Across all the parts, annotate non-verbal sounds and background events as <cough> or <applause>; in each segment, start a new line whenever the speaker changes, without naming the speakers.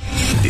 The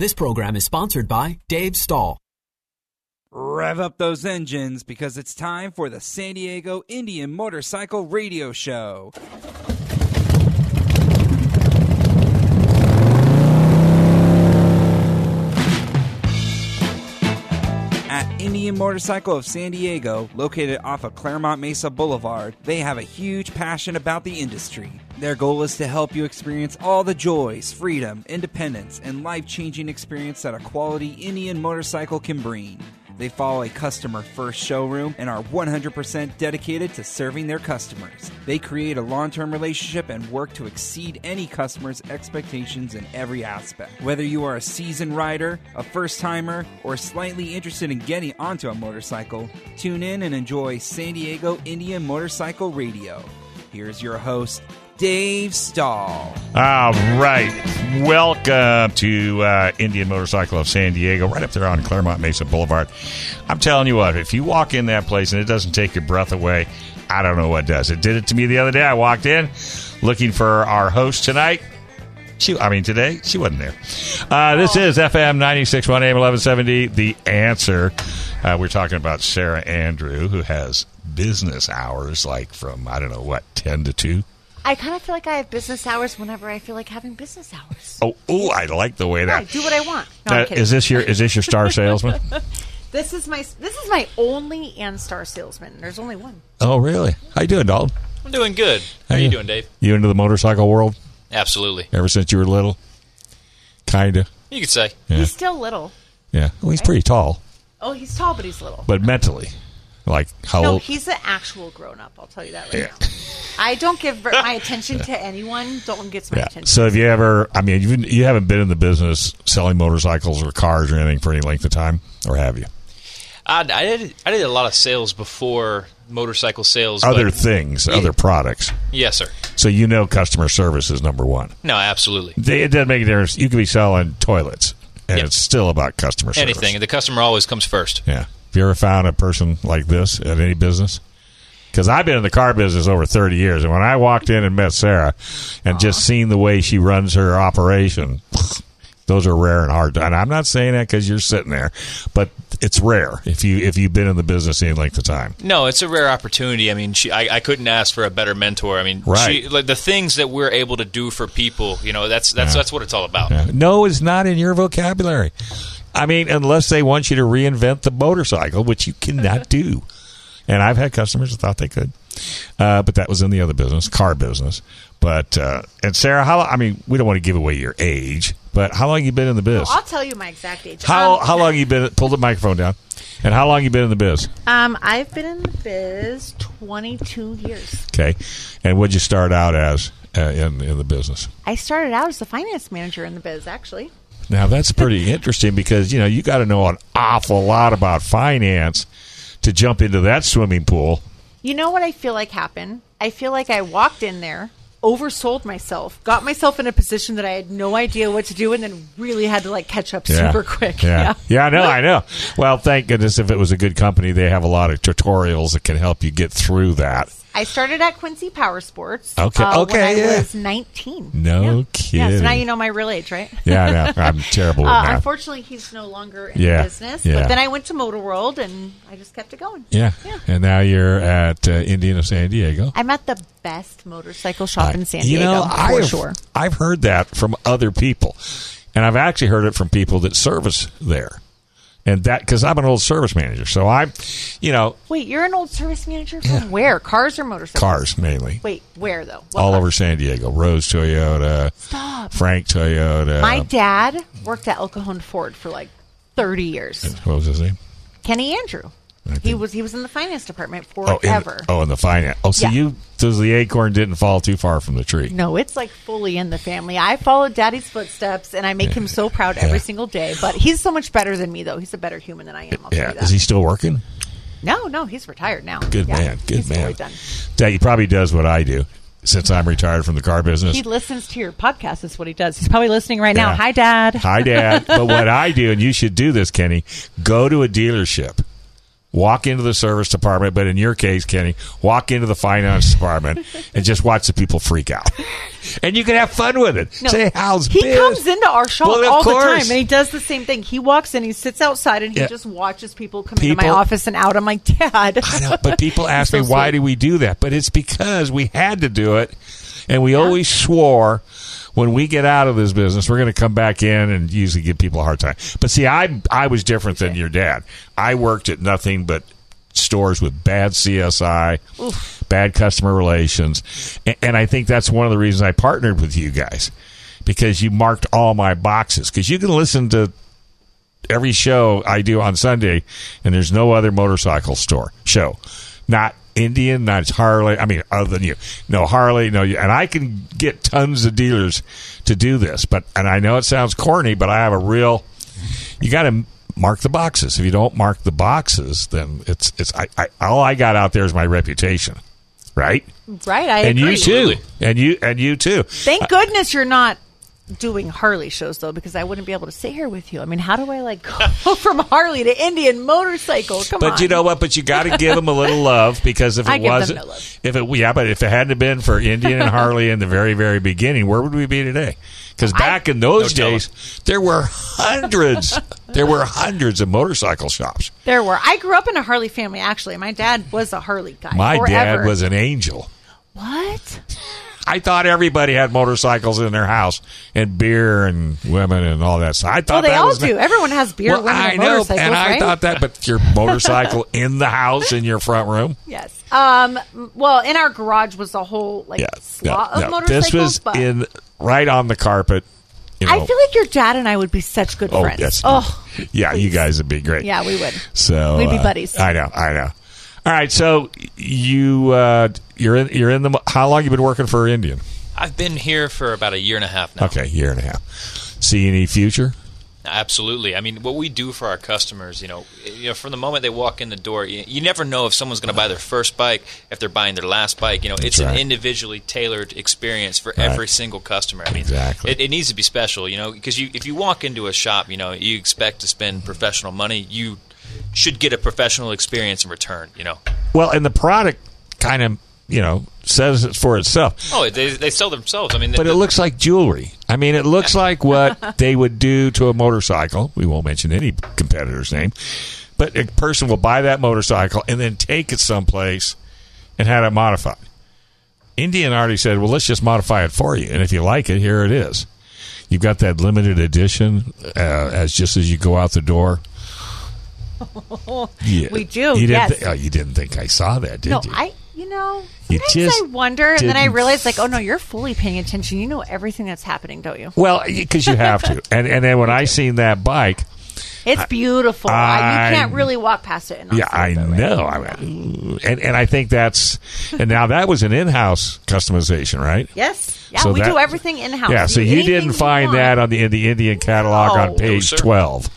This program is sponsored by Dave Stahl.
Rev up those engines because it's time for the San Diego Indian Motorcycle Radio Show. At Indian Motorcycle of San Diego, located off of Claremont Mesa Boulevard, they have a huge passion about the industry. Their goal is to help you experience all the joys, freedom, independence, and life changing experience that a quality Indian motorcycle can bring. They follow a customer first showroom and are 100% dedicated to serving their customers. They create a long term relationship and work to exceed any customer's expectations in every aspect. Whether you are a seasoned rider, a first timer, or slightly interested in getting onto a motorcycle, tune in and enjoy San Diego Indian Motorcycle Radio. Here's your host, Dave Stahl.
All right. Welcome to uh, Indian Motorcycle of San Diego, right up there on Claremont Mesa Boulevard. I'm telling you what, if you walk in that place and it doesn't take your breath away, I don't know what does. It did it to me the other day. I walked in looking for our host tonight. She, I mean, today, she wasn't there. Uh, this is FM 961 AM 1170, The Answer. Uh, we're talking about Sarah Andrew, who has business hours like from, I don't know, what, 10 to 2?
I kind of feel like I have business hours whenever I feel like having business hours.
Oh, oh, I like the way
I
that.
do what I want. No, I'm
Uh,
kidding.
is this your is this your
<laughs>
star salesman?
This is my this is my only and star salesman. There's only one.
oh, really? How you doing, Dalton?
I'm doing good. How are you doing, Dave?
You into the motorcycle world
Absolutely.
ever since you were little? Kinda.
You could say.
Yeah.
He's still little.
Yeah. Well, he's pretty tall,
Oh, he's tall, but he's little.
but mentally, like how
no,
old?
he's an actual grown up. I'll tell you that right
Yeah.
now. I don't
<laughs>
give ver- my attention to anyone. Dalton gets my
Yeah.
attention.
So have you ever? I mean, you you haven't been in the business selling motorcycles or cars or anything for any length of time, or have you?
I, I did. I did a lot of sales before motorcycle sales. but-
Other things, other products.
yes, sir.
So you know, customer service is number one.
No, absolutely.
They, it doesn't make a difference. You could be selling toilets, and
Yeah.
it's still about customer service.
Anything. The customer always comes first.
Yeah. Have you ever found a person like this at any business? Because I've been in the car business over 30 years, and when I walked in and met Sarah and just seen the way she runs her operation, <laughs> those are rare and hard. to- And I'm not saying that because you're sitting there, but it's rare if you if you've been in the business any length of time.
No, it's a rare opportunity. I mean, she, I, I couldn't ask for a better mentor. I mean,
Right.
she, like, the things that we're able to do for people, you know, that's that's that's what it's all about.
Yeah. No is not in your vocabulary. I mean, unless they want you to reinvent the motorcycle, which you cannot do. And I've had customers that thought they could, uh, but that was in the other business, car business. But uh, and Sarah, how? I mean, we don't want to give away your age, but how long you been in the biz?
I'll tell you my exact age.
How
Um,
how long you been? Pull the microphone down. And how long you been in the biz?
Um, I've been in the biz 22 years.
Okay, and what'd you start out as uh, in in the business?
I started out as the finance manager in the biz, actually.
Now that's pretty <laughs> interesting because you know you got to know an awful lot about finance to jump into that swimming pool.
You know what I feel like happened? I feel like I walked in there, oversold myself, got myself in a position that I had no idea what to do, and then really had to like catch up super quick. <laughs>
Yeah. yeah, I know, I know. Well, thank goodness if it was a good company, they have a lot of tutorials that can help you get through that.
I started at Quincy Power Sports.
Okay,
uh,
okay,
When I
yeah.
was 19.
No
yeah. Yeah,
kidding.
so now you know my real age, right?
Yeah, I know. I'm terrible with
Uh,
math.
unfortunately, he's no longer in
Yeah,
the business.
yeah.
But then I went to Motor World, and I just kept it going.
yeah.
Yeah.
and now you're at uh, Indian of San Diego.
I'm at the best motorcycle shop in San
you
Diego,
know,
for
I've,
sure.
I've heard that from other people, and I've actually heard it from people that service there, and that because I'm an old service manager, so I'm, you know,
Wait, you're an old service manager from where? Cars or motorcycles?
cars mainly.
Wait, where though? What
All
car?
over San Diego, Rose Toyota,
Stop.
Frank Toyota.
My dad worked at El Cajon Ford for like 30 years.
what was his name?
Kenny Andrew. He was he was in the finance department
Oh, in,
forever.
oh, in the finance. Oh, so
Yeah.
you so the acorn didn't fall too far from the tree.
No, it's like fully in the family. I followed Daddy's footsteps, and I make him so proud every single day. But he's so much better than me, though. He's a better human than I am. I'll
Yeah,
tell you
is
that.
he still working?
No, no, he's retired now.
Good
Yeah,
man. Good
he's
man.
totally done.
Yeah, he probably does what I do since I'm retired from the car business.
He listens to your podcast. Is what he does. He's probably listening right now.
Yeah.
Hi, Dad.
Hi, Dad. but what I do, and you should do this, Kenny, go to a dealership, walk into the service department, but in your case, Kenny, walk into the finance department and just watch the people freak out. <laughs> And you can have fun with it.
No.
Say, how's
he
this?"
comes into our shop
Well, of
all the time,
course.
and he does the same thing. He walks in, he sits outside, and he
Yeah.
just watches people come into my
People-
office and out. I'm like, Dad.
I know, but people ask me,
So
why
sweet.
do we do that? But it's because we had to do it. And we always swore when we get out of this business, we're going to come back in and usually give people a hard time. But see, I, I was different than your dad. I worked at nothing but stores with bad CSI, bad customer relations. And, and I think that's one of the reasons I partnered with you guys because you marked all my boxes. Because you can listen to every show I do on Sunday, and there's no other motorcycle store show, not Indian, not Harley. I mean, other than you, no Harley, no. you- And I can get tons of dealers to do this, but and I know it sounds corny, but I have a real. You got to mark the boxes. If you don't mark the boxes, then it's it's. I, I all I got out there is my reputation, right?
<laughs> right, I
and
agree.
you too, and you and you too.
Thank goodness you're not doing Harley shows though, because I wouldn't be able to sit here with you. I mean, how do I like <laughs> go from Harley to Indian motorcycle? Come
But
on.
you know what? But you got to give them a little love because if
<laughs> I
it
give them
wasn't,
no love.
if it yeah, but if it hadn't have been for Indian and Harley in the very very beginning, where would we be today? Because back in those
No telling.
days, there were hundreds, there were hundreds of motorcycle shops.
there were. I grew up in a Harley family. Actually, my dad was a Harley guy.
My
forever.
dad was an angel.
what?
I thought everybody had motorcycles in their house and beer and women and all that. So I thought
Well, they
that
all
was
do. Everyone has beer,
Well,
women,
I
and
know,
motorcycles,
and I
right?
thought that. But your motorcycle in the house in your front room.
Yes. Um. m- Well, in our garage was a whole like
yeah,
slot
yeah,
of
yeah.
motorcycles.
This was
but
in right on the carpet. You know.
I feel like your dad and I would be such good
oh
friends.
yes,
Oh,
yeah, you guys would be great.
yeah, we would.
so
We'd be
uh,
buddies.
I know, I know. All right, so you uh, you're in you're in the mo- how long you been working for Indian?
I've been here for about a year and a half now.
Okay, year and a half. See any future?
Absolutely. I mean, what we do for our customers, you know, you know, from the moment they walk in the door, you, you never know if someone's going to buy their first bike, if they're buying their last bike. You know, it's
right.
an individually tailored experience for
Right.
every single customer. I mean,
Exactly.
it, it needs to be special, you know, because you, if you walk into a shop, you know, you expect to spend professional money, you should get a professional experience in return. You know,
Well, and the product kind of you know says it for itself.
oh, they, they sell themselves. I mean,
But it looks like jewelry. I mean, it looks like
<laughs>
what they would do to a motorcycle. We won't mention any competitor's name, but a person will buy that motorcycle and then take it someplace and have it modified. Indian already said, "Well, let's just modify it for you, and if you like it, here it is." You've got that limited edition uh, as just as you go out the
<laughs>
door. Yeah.
We do,
You didn't
yes.
thi- oh, you didn't think I saw that, did
No,
you?
I. You know,
You
sometimes
just
I wonder, and then I
didn't-
realize, like, oh no, you're fully paying attention. You know everything that's happening, don't you?
well, because you have
<laughs>
to. And and then when I seen that bike,
It's beautiful. I,
I-
you can't really walk past it. And not
Yeah,
see it,
I
though, right?
know. I went, "Ooh." and and I think that's and now that was an in-house customization, right?
Yes. Yeah,
So
we
that-
do everything in house.
Yeah, so you didn't find that on the in the Indian catalog
No.
on page
No, sir.
twelve.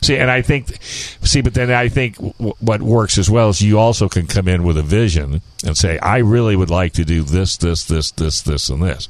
See, and I think, see, but then I think w- what works as well is you also can come in with a vision and say, I really would like to do this, this, this, this, this, and this,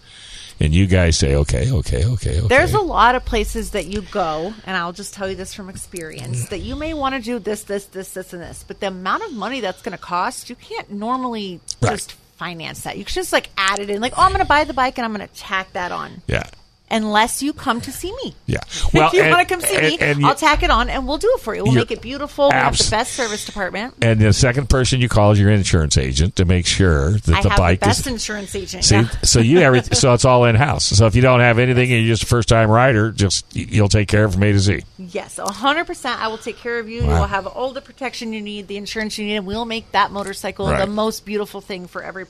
and you guys say, okay, okay, okay, okay.
There's a lot of places that you go, and I'll just tell you this from
Mm.
experience that you may want to do this, this, this, this, and this, but the amount of money that's going to cost, you can't normally
Right.
just finance that. You can just like add it in, like, oh, I'm going to buy the bike and I'm going to tack that on,
yeah,
unless you come to see me.
yeah.
<laughs> if you
and-
want to come see me,
and- and
I'll
you-
tack it on and we'll do it for you. We'll
You're
make it beautiful. We have
abs-
the best service department.
And the second person you call is your insurance agent to make sure that
I
the
have
bike
the best
is.
insurance agent.
See,
yeah.
so you every, so it's all in house. So if you don't have anything and you're just a first time rider, just you'll take care of from A to Z.
Yes, 100%. I will take care of you. You
Wow.
will have all the protection you need, the insurance you need, and we'll make that motorcycle the
Right.
most beautiful thing for every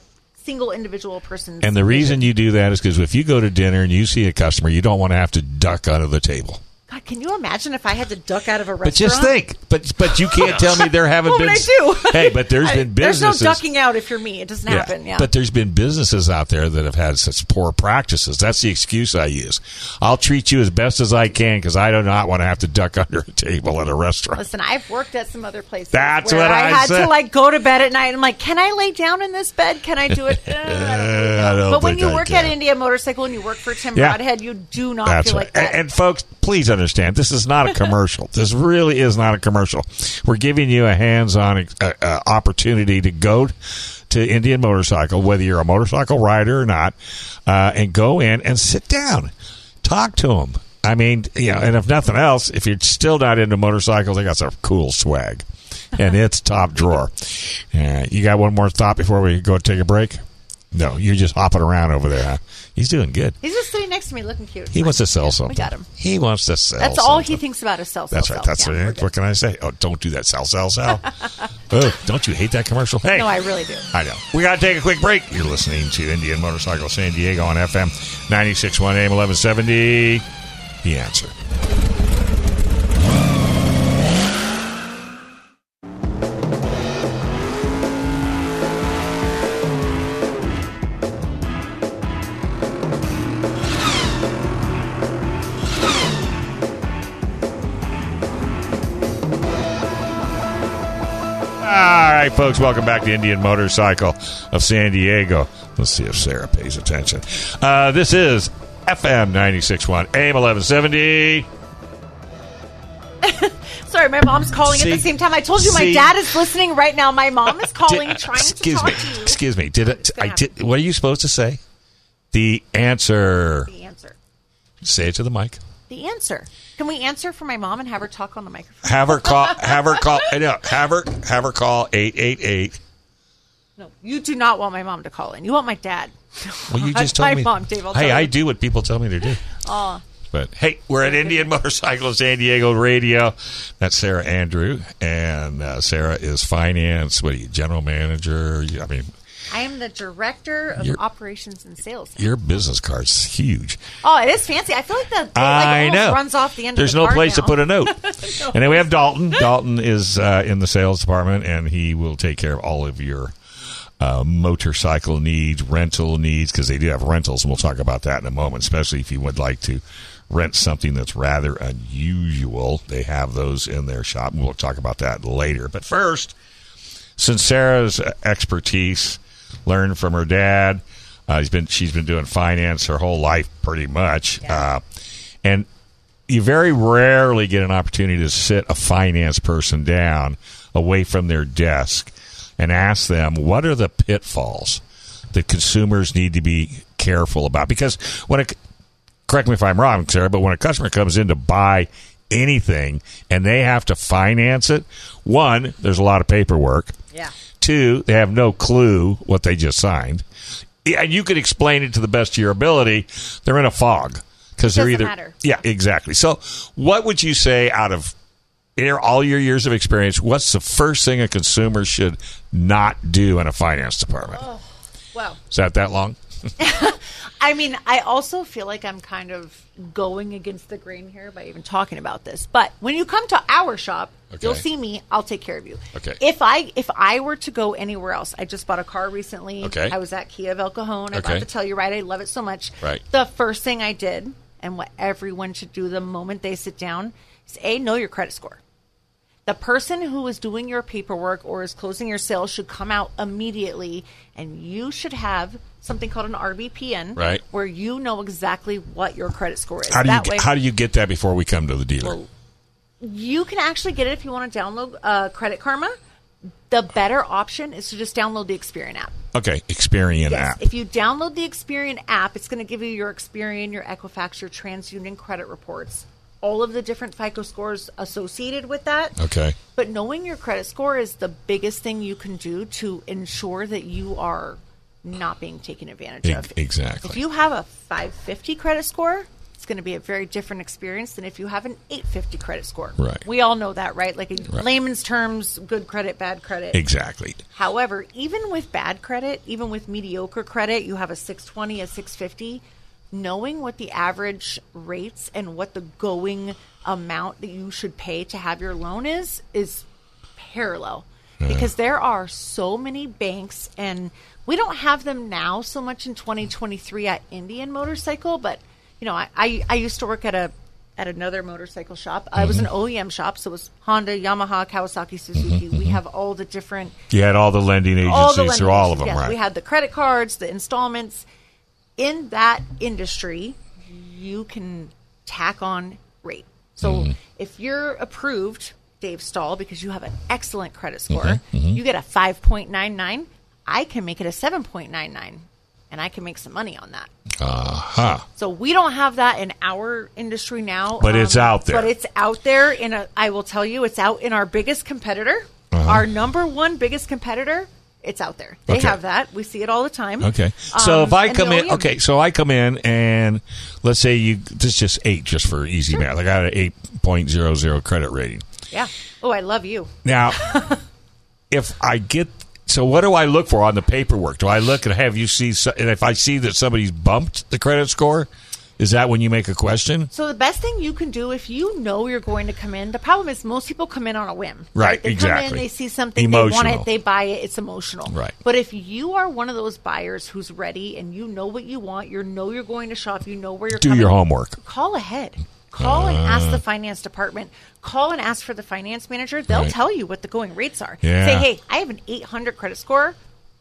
single individual person.
And the reason you do that is because if you go to dinner and you see a customer, you don't want to have to duck under the table.
God, Can you imagine if I had to duck out of a
But
restaurant?
just think, but but you can't tell
<laughs>
me there haven't
What
been.
would I do?
<laughs> Hey, but there's
<laughs> I-
been
There's no
businesses.
ducking out if you're me. It doesn't happen. Yeah.
But there's been businesses out there that have had such poor practices. That's the excuse I use. I'll treat you as best as I can because I do not want to have to duck <laughs> under a table at a restaurant.
Listen, I've worked at some other places.
That's
where
what I
had
said.
to like go to bed at night. I'm like, can I lay down in this bed? Can I
<laughs>
do it? Uh, I don't really
Uh, I
know.
don't
but when
think
you
I
work
can.
at India Motorcycle and you work for Tim
Yeah.
Rodhead, you do not
That's
feel
right.
like that.
And, and folks, please understand, this is not a
<laughs>
commercial. this really is not a commercial. We're giving you a hands-on uh, uh, opportunity to go to Indian Motorcycle, whether you're a motorcycle rider or not, uh, and go in and sit down, talk to them. I mean, you know, and if nothing else, if you're still not into motorcycles, they got some cool swag,
<laughs>
and it's top drawer. Uh, you got one more thought before we go take a break? No, you're just hopping around over there. Huh? He's doing good.
He's just sitting next to me looking cute.
He wants to sell something.
We got him.
He wants to sell.
That's all he
something.
thinks about is self.
That's
self,
right. That's
self. Yeah, we're
right.
good.
What can I say? Oh, don't do that. Sell, sell,
<laughs>
sell. oh, don't you hate that commercial? Hey,
No, I really do.
I know. We got to take a quick break. You're listening to Indian Motorcycle San Diego on FM 96.1 AM 1170. The answer. All right, folks, welcome back to Indian Motorcycle of San Diego. Let's see if Sarah pays attention. Uh, this is FM 96.1 AM 1170.
Sorry, my mom's calling at
See?
the same time. I told you my
See?
dad is listening right now. My
<laughs>
mom is calling,
Did-
trying to
uh, excuse
talk
me.
to you.
Excuse me. Did I, I
gonna
did, what are you supposed to say? The answer.
The answer.
Say it to the mic.
The answer. Can we answer for my mom and have her talk on the microphone?
Have her call. Have her call. I know. Have her. Have her call eight eight eight.
No, you do not want my mom to call in. You want my dad.
Well, you just told
<laughs> my
me.
mom, Dave. I'll
hey,
tell
I
you.
do what people tell me to do. But hey, we're at Indian Motorcycle San Diego Radio. That's Sarah Andrew, and uh, Sarah is finance. What are you, general manager? You- I mean,
I am the director of
You're-
operations and sales.
your business card's huge.
Oh, it is fancy. I feel like the the, like,
I
almost
know.
runs off the end.
There's
of the
no
bar
place
now.
to
<laughs>
put a note. And then we have Dalton. Dalton is uh, in the sales department, and he will take care of all of your uh, motorcycle needs, rental needs, because they do have rentals, and we'll talk about that in a moment. Especially if you would like to rent something that's rather unusual, they have those in their shop, and we'll talk about that later. But first, since Sarah's expertise learned from her dad, uh, he's been she's been doing finance her whole life pretty much, uh, and you very rarely get an opportunity to sit a finance person down away from their desk and ask them what are the pitfalls that consumers need to be careful about because when a correct me if I'm wrong, Sarah, but when a customer comes in to buy anything and they have to finance it, one, there's a lot of paperwork.
Yeah.
Two, they have no clue what they just signed. Yeah, And you could explain it to the best of your ability. They're in a fog because they're
Doesn't
either
matter.
yeah, exactly. So, what would you say out of in all your years of experience? What's the first thing a consumer should not do in a finance department?
Wow.
Is that that long?
I mean, I also feel like I'm kind of going against the grain here by even talking about this. But when you come to our shop, you'll
Okay.
see me. I'll take care of you.
Okay.
If I if I were to go anywhere else, I just bought a car recently.
Okay.
I was at Kia of El Cajon. I
Okay.
bought the Telluride. I love it so much.
Right.
The first thing I did, and what everyone should do the moment they sit down, is a know your credit score. The person who is doing your paperwork or is closing your sale should come out immediately, and you should have something called an RBPN,
Right.
Where you know exactly what your credit score is.
How do you
that way,
how do you get that before we come to the dealer?
you can actually get it if you want to download uh, Credit Karma. The better option is to just download the Experian app.
Okay, Experian
Yes.
app.
If you download the Experian app, it's going to give you your Experian, your Equifax, your TransUnion credit reports, all of the different FICO scores associated with that.
Okay.
But knowing your credit score is the biggest thing you can do to ensure that you are not being taken advantage
E-
of.
exactly.
If you have a 550 credit score, it's going to be a very different experience than if you have an 850 credit score.
Right.
We all know that, right? Like in layman's terms, good credit, bad credit.
Exactly.
However, even with bad credit, even with mediocre credit, you have a 620, a 650. Knowing what the average rates and what the going amount that you should pay to have your loan is is parallel because there are so many banks and we don't have them now so much in 2023 at Indian Motorcycle, but you know, I, I, I used to work at a at another motorcycle shop. I was an OEM shop, so it was Honda, Yamaha, Kawasaki, Suzuki. We have all the different
You had all the lending agencies
all the lending
through all of
issues,
them,
yes.
right?
We had the credit cards, the installments. In that industry, you can tack on rate. So
Mm-hmm.
if you're approved, Dave Stahl, because you have an excellent credit
Mm-hmm,
score, you get a 5.99. I can make it a 7.99, and I can make some money on that.
uh-huh.
So we don't have that in our industry now. um,
But it's out there.
But it's out there. In a, I will tell you, it's out in our biggest competitor, our number one biggest competitor. It's out there. They
Uh-huh. Okay.
have that. We see it all the time.
Okay. So
Um,
if I
and the
come in,
OEM
okay, so I come in and let's say you, this is just eight, just for easy math. I got an 8.00 credit rating.
Yeah. Oh, I love you. <laughs>
Now, if I get so, what do I look for on the paperwork? Do I look and have you see? so- And if I see that somebody's bumped the credit score, is that when you make a question?
So the best thing you can do if you know you're going to come in, the problem is most people come in on a whim.
Right,
They come
exactly.
in, they see something, they want
Emotional.
it, they buy it, it's emotional.
Right.
But if you are one of those buyers who's ready and you know what you want, you know you're going to shop, you know where you're
Do
coming
your homework.
call ahead. Call and ask
Uh.
the finance department. Call and ask for the finance manager. They'll
Right.
tell you what the going rates are.
Yeah.
Say, hey, I have an 800 credit score.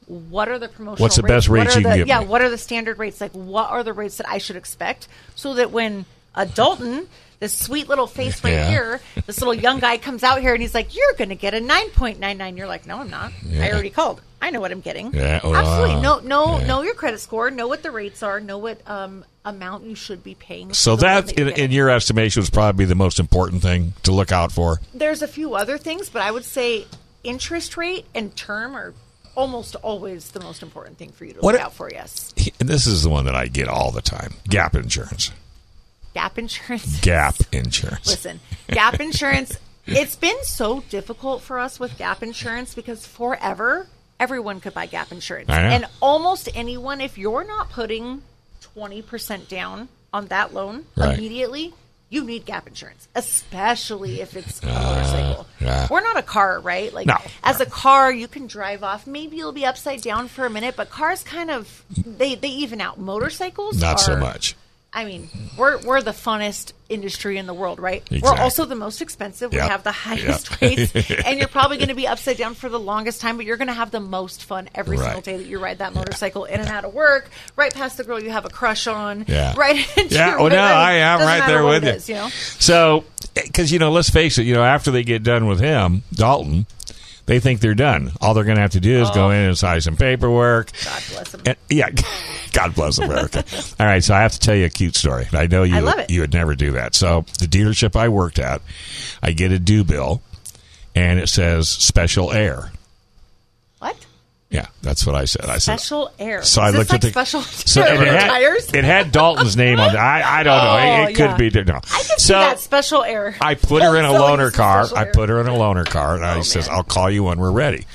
What are the promotional?
What's the
rates?
best
What
rates
are
you can
the-
give
Yeah,
me?
what are the standard rates? Like, what are the rates that I should expect? So that when a Dalton, this sweet little face right
Yeah.
here, this little young guy comes out here and he's like, "You're going to get a 9.99." You're like, "No, I'm not. I already called. I know what I'm getting."
Yeah, oh,
Absolutely.
wow.
No, no,
Yeah.
no know your credit score, know what the rates are, know what um, amount you should be paying.
So
for the loan
that, in,
you're getting.
in your estimation, is probably the most important thing to look out for.
there's a few other things, but I would say interest rate and term are almost always the most important thing for you to
What
look
a-
out for. Yes,
And this is the one that I get all the time: gap insurance.
gap insurance.
Gap insurance.
Listen, gap insurance. It's been so difficult for us with gap insurance because forever everyone could buy gap insurance,
I know.
and almost anyone. If you're not putting twenty percent down on that loan
Right.
immediately, you need gap insurance, especially if it's a motorcycle.
Uh, yeah.
We're not a car, right? Like
No.
as a car, you can drive off. Maybe you'll be upside down for a minute, but cars kind of they they even out. Motorcycles,
Not so
are-
much.
I mean, we're we're the funnest industry in the world, right? We're
Exactly.
also the most expensive.
Yep.
We have the highest
<laughs> Yep.
rates, and you're probably going to be upside down for the longest time, but you're going to have the most fun every
Right.
single day that you ride that motorcycle in and out of work, right past the girl you have a crush on,
Yeah.
right? <laughs> into
Yeah.
your
Oh, no,
window.
I am
Doesn't
right
matter
there
what
with
it
you.
is, you know?
So, because you know, let's face it. You know, after they get done with him, Dalton, they think they're done. All they're going to have to do is go in and sign some paperwork.
God bless 'em.
And- Eh, yeah. <laughs> God bless America. All right. So I have to tell you a cute story. I know you.
I love it.
You would never do that. So the dealership I worked at, I get a due bill, and it says special air.
What?
Yeah, that's what I said. I said
Special air.
so I
Is this
looked
like
at the <laughs>
special <laughs>
so
air
and it, had,
tires.
it had Dalton's name on it. I, I don't know. It, it
Oh,
could be
yeah.
no.
I can see
so
that special air.
I put her in a
So Oh,
loaner
it's
car.
special
I
air.
put her in a loaner car, and I says, "I'll call you when we're
<laughs>
ready."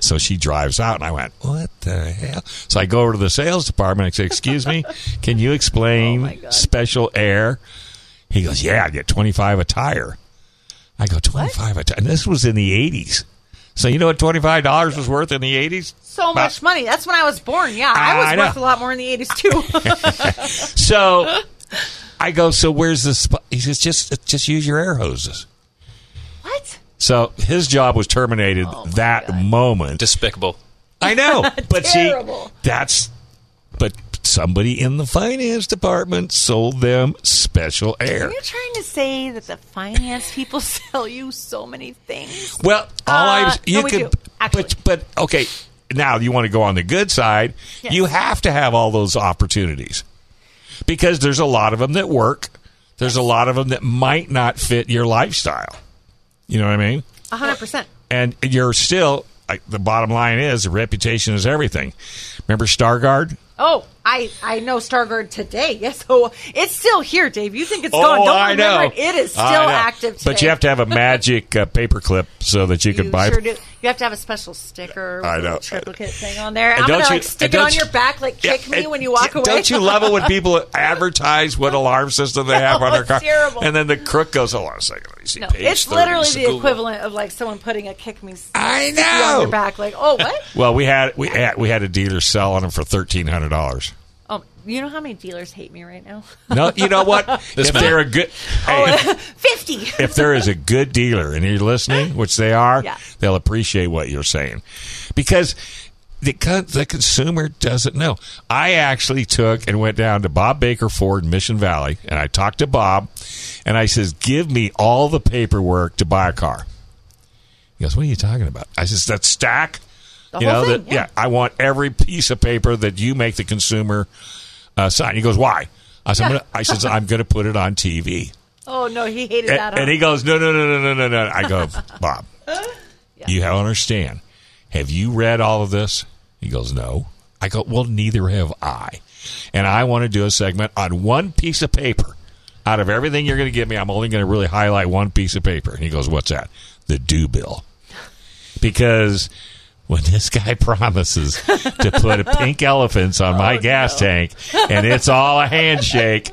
so she drives out, and I went, "What the hell?" So I go over to the sales department. I say, "Excuse me, can you
Oh,
explain special air?" He goes, "Yeah, I get twenty five a tire." I go, 25 a tire," and this was in the eighties. So you know what twenty five dollars was worth in the eighties?
so much money. That's when I was born. Yeah, I was
I know.
worth a lot more in the '80s too. <laughs>
So I go, so where's the spot? He says, just just use your air hoses.
what?
So his job was terminated
Oh,
that moment.
Despicable.
I
<laughs>
know, but see,
Terrible.
that's but somebody in the finance department sold them special air.
Are you trying to say that the finance people <laughs> sell you so many things?
Well, all I
Uh,
you
no, we
could,
do, actually.
but but okay. Now you want to go on the good side.
Yes.
You have to have all those opportunities because there's a lot of them that work. There's a lot of them that might not fit your lifestyle. You know what I mean?
A hundred percent.
And you're still. Like, the bottom line is, reputation is everything. Remember Stargard?
Oh, I, I know Stargard today. Yes, so it's still here, Dave. You think it's
Oh,
gone? Don't
I know.
remember it. It is still
I know.
active. Today.
But you have to have a magic uh, paperclip so that you can buy.
sure do. You have to have a special sticker. With
I
a
know.
little Triplicate thing on there.
And
I'm gonna
don't you-
like stick
and
it on
don't you-
your back, like
Yeah,
kick me
and
when you walk
d-
away.
Don't you
<laughs>
love it when people advertise what alarm system they have
No,
on their
<laughs> it's
car?
terrible.
And then the crook goes, "Hold on a second, let me see."
No,
page
it's
30."
literally the
Google.
equivalent of like someone putting a kick me stick
I
on
know.
your back. Like, oh what?
Well, we had we had, we had a dealer selling them for thirteen hundred dollars.
oh, you know how many dealers hate me right now? <laughs>
No, you know <laughs> what? if
man.
they're a good,
Oh,
hey, <laughs>
Fifty.
if there is a good dealer and you're listening, which they are,
Yeah.
they'll appreciate what you're saying because the con- the consumer doesn't know. I actually took and went down to Bob Baker Ford in Mission Valley and I talked to Bob and I says, "Give me all the paperwork to buy a car." He goes, "What are you talking about?" I says, "That stack."
The
you
whole
know,
thing,
that,
yeah.
I want every piece of paper that you make the consumer uh, sign. He goes, "Why?" I said, I'm gonna, "I says I'm going to put it on TV."
Oh no, he hated
and,
that.
and he
huh?
goes, no, no, no, no, no, no, no. I go, Bob, you don't understand. Have you read all of this? He goes, no. I go, well, neither have I. And I want to do a segment on one piece of paper. Out of everything you're going to give me, I'm only going to really highlight one piece of paper. And he goes, what's that? The due bill. Because when this guy <laughs> promises to put a pink elephants on my gas tank and it's all a handshake,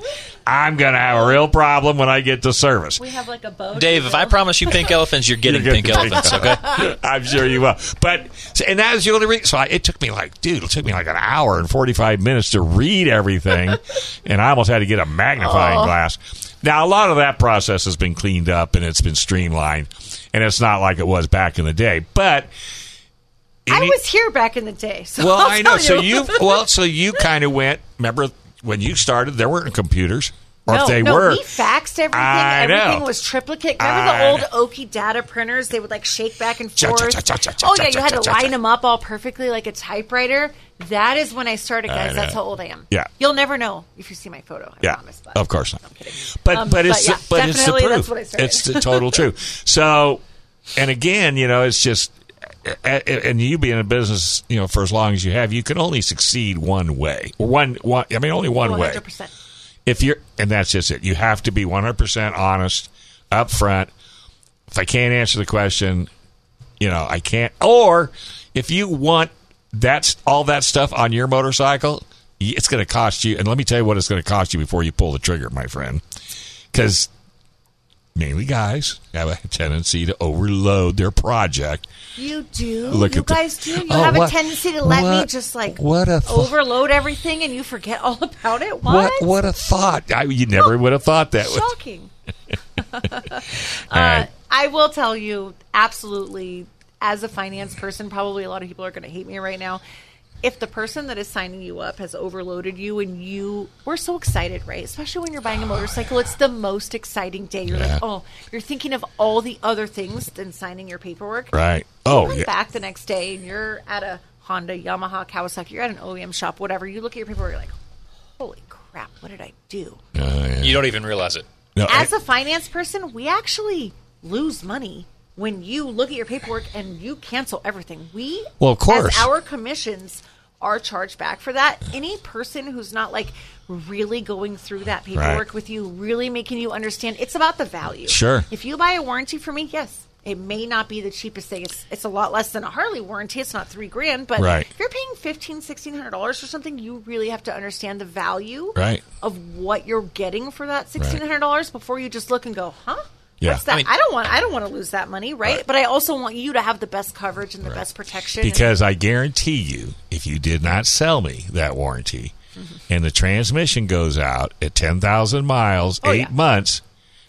I'm going to have a real problem when I get to service.
we have like a boat.
Dave, if I promise you pink elephants, you're getting
You're
pink
getting pink
elephants. Okay.
<laughs> I'm sure you will. But and that was the only reason. So I, it took me like, dude, it took me like an hour and 45 minutes to read everything, and I almost had to get a magnifying glass. Now a lot of that process has been cleaned up and it's been streamlined, and it's not like it was back in the day. But
I
any-
was here back in the day.
<laughs>
So
well,
I'll <laughs>
I know.
tell
So
you.
you <laughs> well, so you kind of went. Remember when you started? There weren't computers, or
no,
if they
no,
were,
we faxed everything.
I know.
everything was triplicate. Remember
I
the old Oki data printers? They would like shake back and
Cha, cha,
forth.
cha, cha, cha, cha,
oh yeah,
cha,
you had
cha,
to
cha, cha.
line them up all perfectly like a typewriter. That is when I started, guys.
know.
That's how old I am.
Yeah.
you'll never know if you see my photo. I
Yeah,
promise. But
of course not.
I'm kidding.
But
Um,
but it's
yeah,
the, but it's the
definitely
proof.
That's what I started.
it's
<laughs>
the total truth. So, and again, you know, it's just, a- a- and you being in business, you know, for as long as you have, you can only succeed one way. One one. I mean, only one way.
100%.
If you're, and that's just it. You have to be one hundred percent honest, upfront. If I can't answer the question, you know, I can't. Or if you want that's all that stuff on your motorcycle, y- it's going to cost you. And let me tell you what it's going to cost you before you pull the trigger, my friend. Because mainly guys have a tendency to overload their project.
You do.
Look
you
at the-
guys do. You
Oh,
have
what-
a tendency to let me
what-
just like
what a fu-
overload everything, and you forget all <laughs> about it. What?
What what a thought! I, you never would have thought that. would-
Shocking.
All
Uh,
right.
I will tell you, absolutely, as a finance person, probably a lot of people are going to hate me right now. If the person that is signing you up has overloaded you and you we're so excited, right? Especially when you're buying a motorcycle, it's the most exciting day. You're
Yeah.
like, oh, you're thinking of all the other things than signing your paperwork.
Right. Oh
Come
yeah.
back the next day and you're at a Honda, Yamaha, Kawasaki, you're at an OEM shop, whatever. You look at your paperwork, you're like, holy crap, what did I do?
Oh, yeah.
You don't even realize it.
No, eh,
as
I-
a finance person, we actually lose money when you look at your paperwork and you cancel everything. We,
Well, of course.
as our commissions are charged back for that. Any person who's not like really going through that paperwork
Right.
with you, really making you understand, it's about the value.
Sure.
If you buy a warranty for me, yes. It may not be the cheapest thing. It's, it's a lot less than a Harley warranty. It's not three grand, but
Right.
if you're paying fifteen, sixteen hundred dollars for something, you really have to understand the value
Right.
of what you're getting for that sixteen hundred dollars before you just look and go, huh?
Yeah.
What's that?
I
I,
mean-
don't want. I don't want to lose that money, right? But I also want you to have the best coverage and the best protection. and-
Because I guarantee you, if you did not sell me that warranty
Mm-hmm.
and the transmission goes out at 10,000 miles,
Oh,
eight
yeah.
months,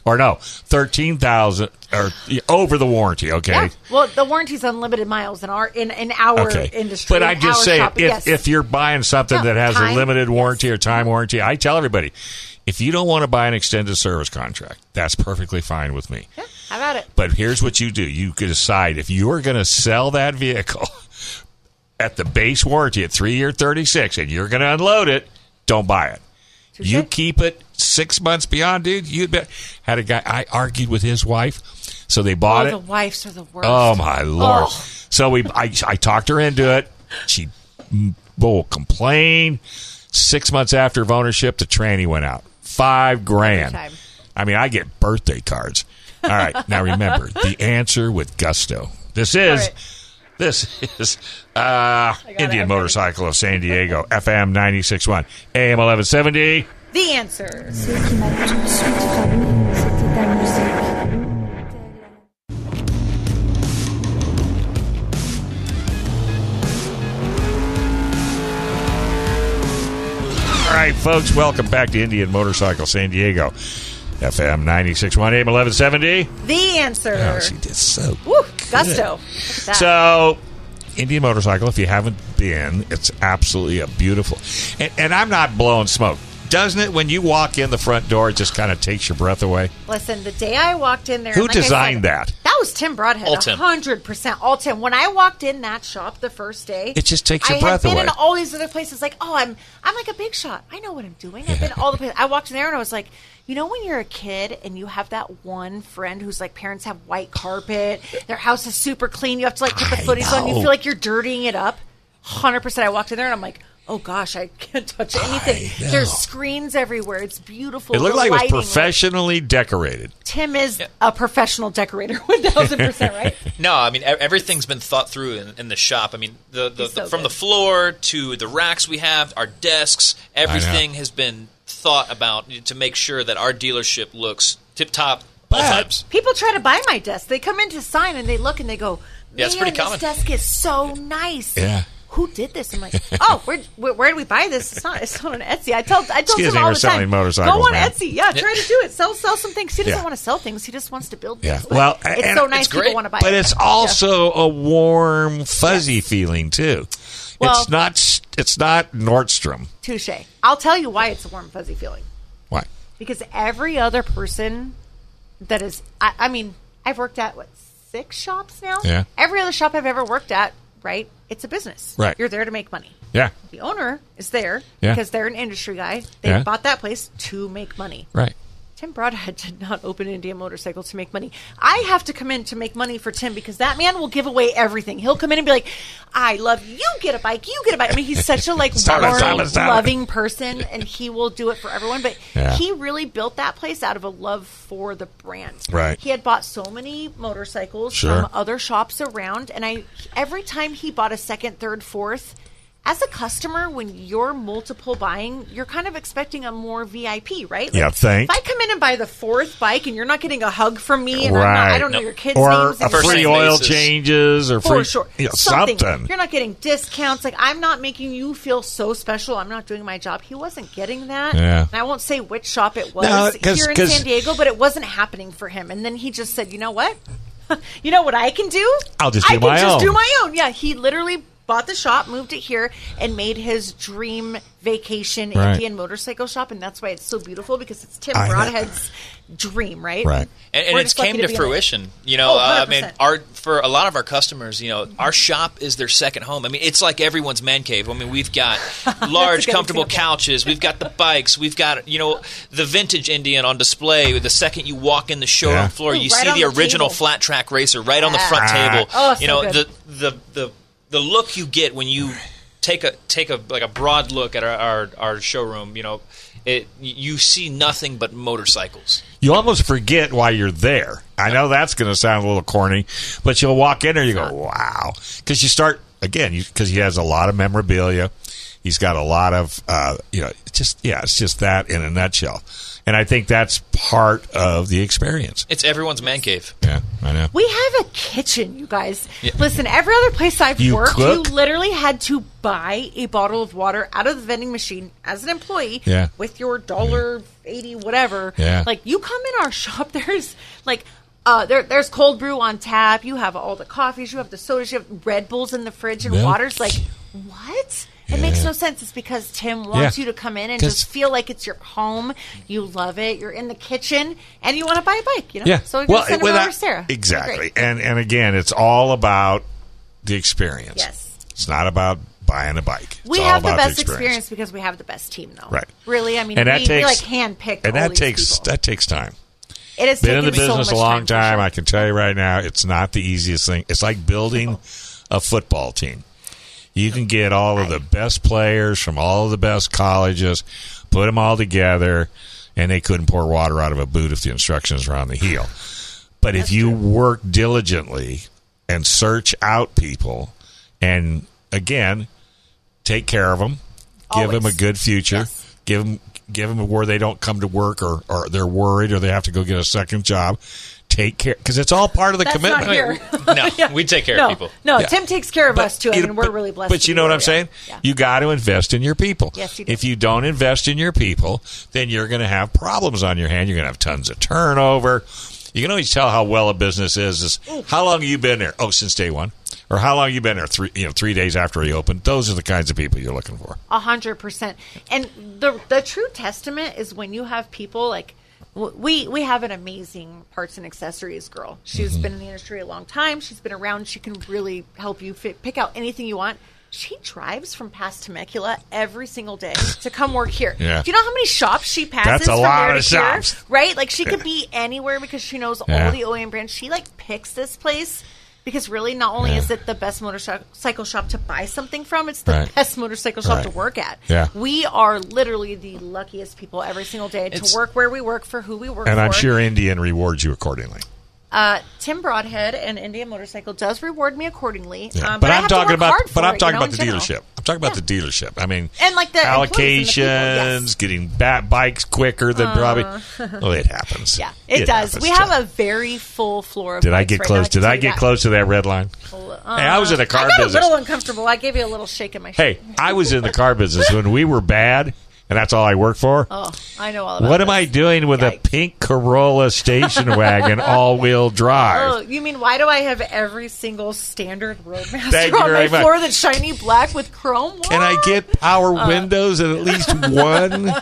or no, 13,000 or yeah, over the warranty, okay?
yeah. Well, the warranty's unlimited miles in our in, in our
Okay.
industry.
But
in
I'm just
our
saying,
shop,
if,
yes.
if you're buying something
No,
that has a
time,
limited
yes.
warranty or time warranty, I tell everybody if you don't want to buy an extended service contract, that's perfectly fine with me.
yeah, how about it?
But here's what you do: you could decide if you are going to sell that vehicle <laughs> at the base warranty at three year thirty six, and you're going to unload it. Don't buy it. You keep it six months beyond, dude. You bet. Had a guy I argued with his wife, so they bought
Oh,
it.
the wives are the worst.
Oh my lord!
Oh.
So we, I, I talked her into it. She, mm, bull complained. Six months after of ownership, the tranny went out. Five grand.
Every time.
I mean, I get birthday cards. All right, now
<laughs>
remember the answer with gusto. This is.
right.
This is uh, Indian Motorcycle of San
<laughs>
Diego, FM 961, AM 1170.
The answer.
Ceux qui m'a tout de suite fallu, c'était ta musique.
All right, folks, welcome back to Indian Motorcycle San Diego, FM 961, AM 1170.
The answer.
Oh, she did so
Woo, gusto. Look at that.
So, Indian Motorcycle, if you haven't been, it's absolutely a beautiful. And, and I'm not blowing smoke. Doesn't it? When you walk in the front door, it just kind of takes your breath away.
Listen, the day I walked in there,
Who
and like I
designed
said,
that?
That was Tim Broadhead,
All Tim.
hundred percent, all Tim. When I walked in that shop the first day,
It just takes your
I
breath
had been
away.
in all these other places, like, oh, I'm, I'm like a big shot. I know what I'm doing.
<laughs>
I've been all the places. I walked in there and I was like, you know, when you're a kid and you have that one friend whose like parents have white carpet, their house is super clean. You have to like put the
I
footies on. You
know.
feel like you're dirtying it up. Hundred percent. I walked in there and I'm like. Oh gosh, I can't touch anything.
know.
There's screens everywhere. It's beautiful.
It looked
The
like it
lighting,
was professionally decorated.
Tim is a professional decorator, <laughs> one thousand percent, right?
No, I mean e- everything's been thought through in, in the shop. I mean, the, the,
He's so
the- from
good.
the floor to the racks we have, our desks, everything has been thought about to make sure that our dealership looks tip top all times.
People try to buy my desk. They come in to sign and they look and they go, "Man,
Yeah, it's pretty
this
common.
desk is so nice."
Yeah.
Who did this? I'm like, oh, where, where, where did we buy this? It's not, it's not on Etsy. I tell, I tell
Excuse
him
me,
all
we're
the
selling
time.
motorcycles,
Go on
ma'am."
Etsy, yeah, try to do it. Sell, sell some things. He doesn't
Yeah.
want to sell things. He just wants to build.
Yeah.
Things.
Well,
it's
and-
so nice.
It's
great.
people want to buy
But
it.
it's also a warm, fuzzy feeling too.
Well-
it's not. s- It's not Nordstrom.
touche. I'll tell you why it's a warm fuzzy feeling.
Why?
because every other person that is I, I mean i've worked at what six shops now
Yeah.
every other shop i've ever worked at right it's a business
Right.
you're there to make money
Yeah.
the owner is there
Yeah.
because they're an industry guy they
Yeah.
bought that place to make money
Right.
tim broadhead <laughs> did not open indian motorcycle to make money i have to come in to make money for tim because that man will give away everything he'll come in and be like i love you you get a bike you get a bike i mean he's such a like
<laughs> Stop it,
warm,
stop it, stop it.
loving person and he will do it for everyone but
Yeah.
he really built that place out of a love for the brand
Right.
he had bought so many motorcycles
Sure.
from other shops around and i every time he bought a second third fourth as a customer when you're multiple buying you're kind of expecting a more vip right
Yeah, thanks.
if i come in and buy the fourth bike and you're not getting a hug from me and I'm not, i
Right.
don't know
Nope.
your kids
Or
names
a
and you're
First
free
name
like-
oil
basis.
changes or free
for sure.
you know, something.
You're not getting discounts. Like I'm not making you feel so special. I'm not doing my job. He wasn't getting that.
Yeah.
And I won't say which shop it was
No, 'cause-
here in
'cause-
San Diego, but it wasn't happening for him. And then he just said, "You know what? <laughs> you know what I can do?
I'll just
I
do
can
my
just
own."
Do my own. Yeah. He literally bought the shop, moved it here, and made his dream vacation
Right.
Indian motorcycle shop. And that's why it's so beautiful because it's Tim
I know.
Broadhead's dream, right?
Right.
and,
We're
and it's
just lucky
came to,
be in it.
fruition. You know,
Oh,
uh, I mean,
100%.
our for a lot of our customers, you know, our shop is their second home. I mean, it's like everyone's man cave. I mean,
<laughs>
we've got large,
good
comfortable
example.
couches. We've got the bikes. We've got you know the vintage Indian on display. The second you walk in the showroom
Yeah.
floor,
Ooh,
you
right
see
on
the
the
original
table.
flat track racer right on the
Yeah.
front
Ah.
table.
Oh, so
you know
good.
the the the the look you get when you take a take a like a broad look at our our, our showroom. You know. It, you see nothing but motorcycles.
You almost forget why you're there. I know that's going to sound a little corny, but you'll walk in there, you go, "Wow," because you start again because he has a lot of memorabilia. He's got a lot of uh, you know, it's just yeah, it's just that in a nutshell. And I think that's part of the experience.
It's everyone's man cave.
Yeah, I know.
We have a kitchen, you guys. Listen, every other place I've
You
worked,
cook?
you literally had to buy a bottle of water out of the vending machine as an employee
Yeah.
with your dollar eighty, whatever.
Yeah.
Like you come in our <laughs> shop, there's like uh, there, there's cold brew on tap. You have all the coffees. You have the sodas. You have Red Bulls in the fridge and
Milk.
waters. Like what? It makes no sense. It's because Tim wants
Yeah.
you to come in and
'Cause-
just feel like it's your home. You love it. You're in the kitchen and you want to buy a bike. You know.
Yeah.
So we're gonna send him
without-
over to Sarah.
Exactly.
Great.
And and again, it's all about the experience.
Yes.
It's not about buying a bike. It's
We
all
have the
about
best experience. because we have the best team, though.
Right.
Really, I mean,
And
we,
that
we like
takes
handpicked.
And
all
that
these
takes
people.
that takes time.
It has
been in
taken
the
so
business
much
a long
for sure.
time. I can tell you right now, it's not the easiest thing. It's like building a football team. You can get all of the best players from all of the best colleges, put them all together, and they couldn't pour water out of a boot if the instructions were on the heel. But if you work diligently and search out people, and again, take care of them, give them a
Always.
good future, give them give them where they don't come to work or, or they're worried or they have to go get a second job. Take care because it's all part of the
That's
commitment.
not here. <laughs>
No, we take care
no,
of people.
No,
Yeah.
Tim takes care of us too. I
you
mean,
know,
we're
but-
really blessed.
But
to
you
be
know what
where
I'm
we
saying?
are. Yeah.
You got to invest in your people.
Yes, you do.
if you don't invest in your people, then you're going to have problems on your hand. You're going to have tons of turnover. You can always tell how well a business is. Is how long you been there? Oh, since day one. Or how long you been there? Three, you know, three days after he opened. Those are the kinds of people you're looking for.
A hundred percent. And the the true testament is when you have people like w- we we have an amazing parts and accessories girl. She's
Mm-hmm.
been in the industry a long time. She's been around. She can really help you fit, pick out anything you want. She drives from past Temecula every single day to come work here.
Yeah.
Do you know how many shops she passes?
That's a
from
lot
there
of
to here?
shops.
right? Like she could be anywhere because she knows
Yeah.
all the OEM brands. She like picks this place because really, not only
Yeah.
is it the best motorcycle shop to buy something from, it's the
Right.
best motorcycle shop
Right.
to work at.
Yeah.
We are literally the luckiest people every single day
It's-
to work where we work for who we work
And
for.
I'm sure Indian rewards you accordingly.
uh, Tim Broadhead and Indian Motorcycle does reward me accordingly.
Yeah.
Um, but, I have to
talking
work
about
hard
but
for
I'm
it,
talking
you know,
about the
in general.
dealership. I'm talking about the dealership. I mean,
And, like, the employees and the people,
allocations,
yes. Uh.
getting bat bikes quicker than probably. Well, it happens.
Yeah, it, does.
happens,
We
Chuck.
have a very full floor. Of
Did I
bikes
get
right now.
close? Did
can tell
I
you
get
that.
close to that red line? hey, I was in the car
I got
business.
a <laughs> little uncomfortable. I gave you a little shake in my.
hey, I was in the car business when we were bad, and that's all I worked for.
Oh, I know all about
what am
this.
I doing with a
Yikes.
pink Corolla station
<laughs>
wagon, all-wheel drive?
Oh, you mean why do I have every single standard
Thank
Roadmaster
you
on
very
my
much.
floor that's shiny black with chrome? What?
Can I get power
Uh.
windows and at least
<laughs>
one?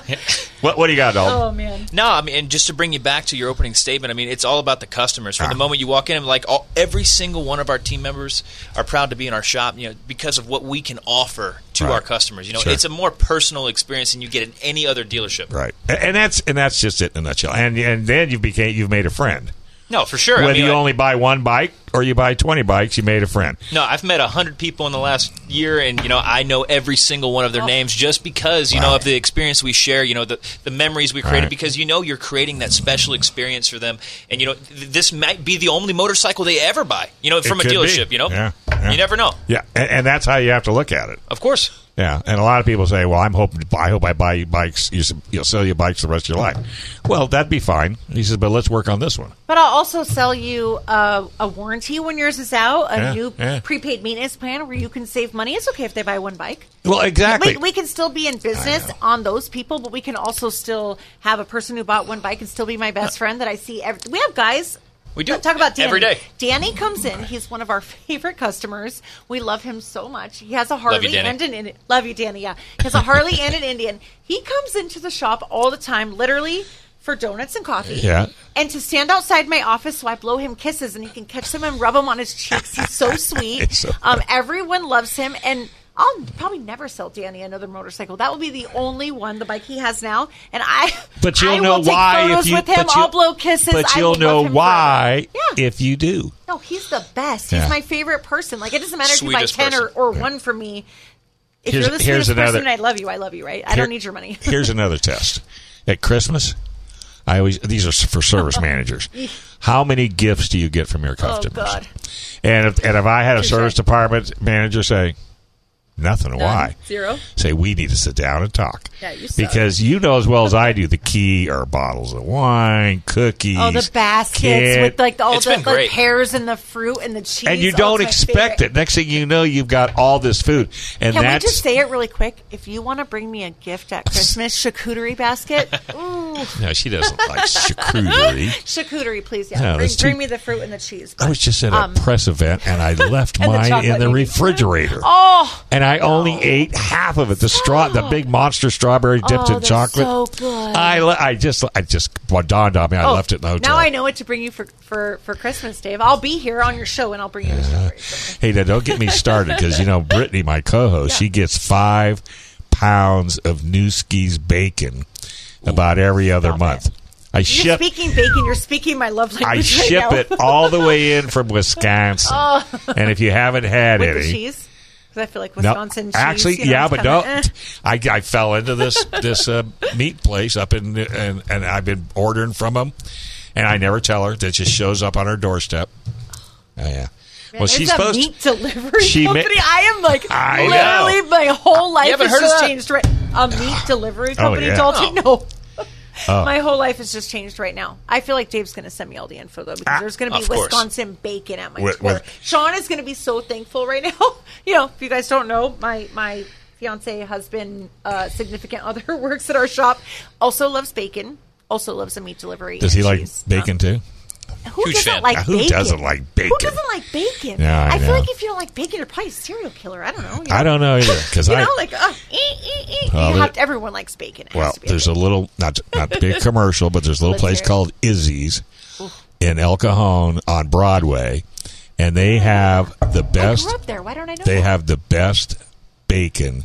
what What do you got, Dalton?
Oh man,
No, I mean, and just to bring you back to your opening statement, I mean, it's all about the customers. From the
Ah.
moment you walk in, like all, every single one of our team members are proud to be in our shop, you know, because of what we can offer to
Right.
our customers. You know,
Sure.
it's a more personal experience than you get in any other dealership.
Right, A- and that's and that's just it in a nutshell. And and then you became you've made a friend.
No, for sure.
Whether
I mean,
you
I-
only buy one bike or you buy twenty bikes, you made a friend.
No, I've met hundred people in the last year, and you know I know every single one
Oh.
of their names just because you know of the experience we share. You know the the memories we created
Right.
because you know you're creating that special experience for them, and you know th- this might be the only motorcycle they ever buy. You know
It
from a
could be.
dealership. You know,
Yeah, yeah.
you never know.
Yeah, and, and that's how you have to look at it.
Of course,
Yeah, and a lot of people say, "Well, I'm hoping to buy, I hope I buy you bikes. You, s- you'll sell your bikes the rest of your life." Well, that'd be fine. He says, "But let's work on this one."
but I'll also sell you uh, a warranty when yours is out, a
Yeah,
new
yeah.
prepaid maintenance plan where you can save money. It's okay if they buy one bike.
Well, exactly.
We, we can still be in business on those people, but we can also still have a person who bought one bike and still be my best
Uh,
friend that I see. Every, we have guys.
We do.
talk about Danny.
Every day.
Danny comes in. He's one of our <laughs> favorite customers. We love him so much. He has a Harley
Danny.
and an Indian. Love you, Danny. Yeah, he has a Harley and an Indian. He comes into the shop all the time, literally for donuts and coffee.
Yeah.
And to stand outside my office so I blow him kisses and he can catch them and rub them on his cheeks. He's
<laughs>
so sweet.
It's so
um, everyone loves him. And I'll probably never sell Danny another motorcycle. That will be the only one, the bike he has now. And I,
but you'll
I
know
will take
why
photos
if you.
with him.
but you'll-
I'll blow kisses.
But
I
you'll
will
know
love him
why
forever. Yeah.
if you do.
No, he's the best.
Yeah.
He's my favorite person. Like it doesn't matter if you buy
Sweetest
ten or,
person.
or one from me. If
Here's-
you're the
here's
sweetest person,
another-
and I love you. I love you, right? I
Here-
don't need your money.
<laughs>
<laughs>
here's another test. At Christmas, I always these are for
<laughs>
service managers. How many gifts do you get from your customers?
Oh, God.
And if, and if I had a
Touche.
service department manager say nothing, why
Zero.
Say we need to sit down and talk.
Yeah, you suck.
because you know as well as I do, the key are bottles of wine, cookies,
Oh, the baskets
kit,
with like all
It's
the
been
like,
great.
pears and the fruit and the cheese.
and you
Oh,
don't
it's my
expect
favorite.
it. Next thing you know, you've got all this food, and
Can we
that's
just say it really quick? If you want to bring me a gift at Christmas, charcuterie
<laughs>
basket. Ooh,
no, she doesn't
<laughs>
like charcuterie.
charcuterie, please. Yeah,
No,
bring,
that's too-
bring me the fruit and the cheese.
I was just at a
Um,
press event and I left
<laughs> and the
mine in
chocolate
the
cookies.
refrigerator.
Oh,
And I only ate half of it. The straw, the big monster strawberry dipped
Oh,
in
they're
chocolate.
so good.
I, le- I just, I just what dawned on me. I
oh,
left it in the hotel.
Now I know what to bring you for, for, for Christmas, Dave. I'll be here on your show and I'll bring you the charcuterie.
Hey, now don't get me started because you
<laughs>
know Brittany, my co-host, she gets five pounds of Newski's bacon about every other month. I
You're
ship,
speaking bacon. You're speaking my love language.
I
right
ship
now. <laughs> Oh.
it all the way in from Wisconsin. and if you haven't had
with
any,
the cheese. 'Cause because I feel like
No,
Wisconsin. cheese,
actually,
you know,
yeah,
it's
but
kinda,
don't.
eh.
I, I fell into this this uh, meat place up in and and I've been ordering from them, and I never tell her. That just shows up on her doorstep. Oh yeah. well,
it's
she's
a
supposed.
meat delivery
She ma-
company. I am
<laughs>
like
I
literally my whole life
haven't
has
heard of
just
that?
changed. Right, a
<sighs>
meat delivery company
Oh, yeah.
Dalton. No,
<laughs> Oh.
my whole life has just changed right now. I feel like Dave's going to send me all the info though because
Ah,
there's going to be
of course.
Wisconsin bacon at my
With-
door.
with-
Sean is going to be so thankful right now. <laughs> you know, if you guys don't know, my my fiance, husband, uh, significant other <laughs> works at our shop. Also loves bacon. Also loves a meat delivery.
does he
and
like
cheese.
bacon too?
Who
Huge
doesn't
fan.
like
Who
bacon?
doesn't like bacon?
Who doesn't like bacon?
Yeah, I
I, feel
know.
like if you don't like bacon, you're probably a serial killer. I don't know. you
I don't know either because
<laughs> You
I
know, like uh, eh, eh, eh. You
Well,
have
there-
to- everyone likes bacon. It has
Well,
to be
there's a
bacon.
little not to, not to be a commercial, but there's a little
Let's
place
hear it.
called Izzy's in El Cajon on Broadway, and they have the
Oh, I
best.
grew up there. Why don't I know?
They
that?
have the best bacon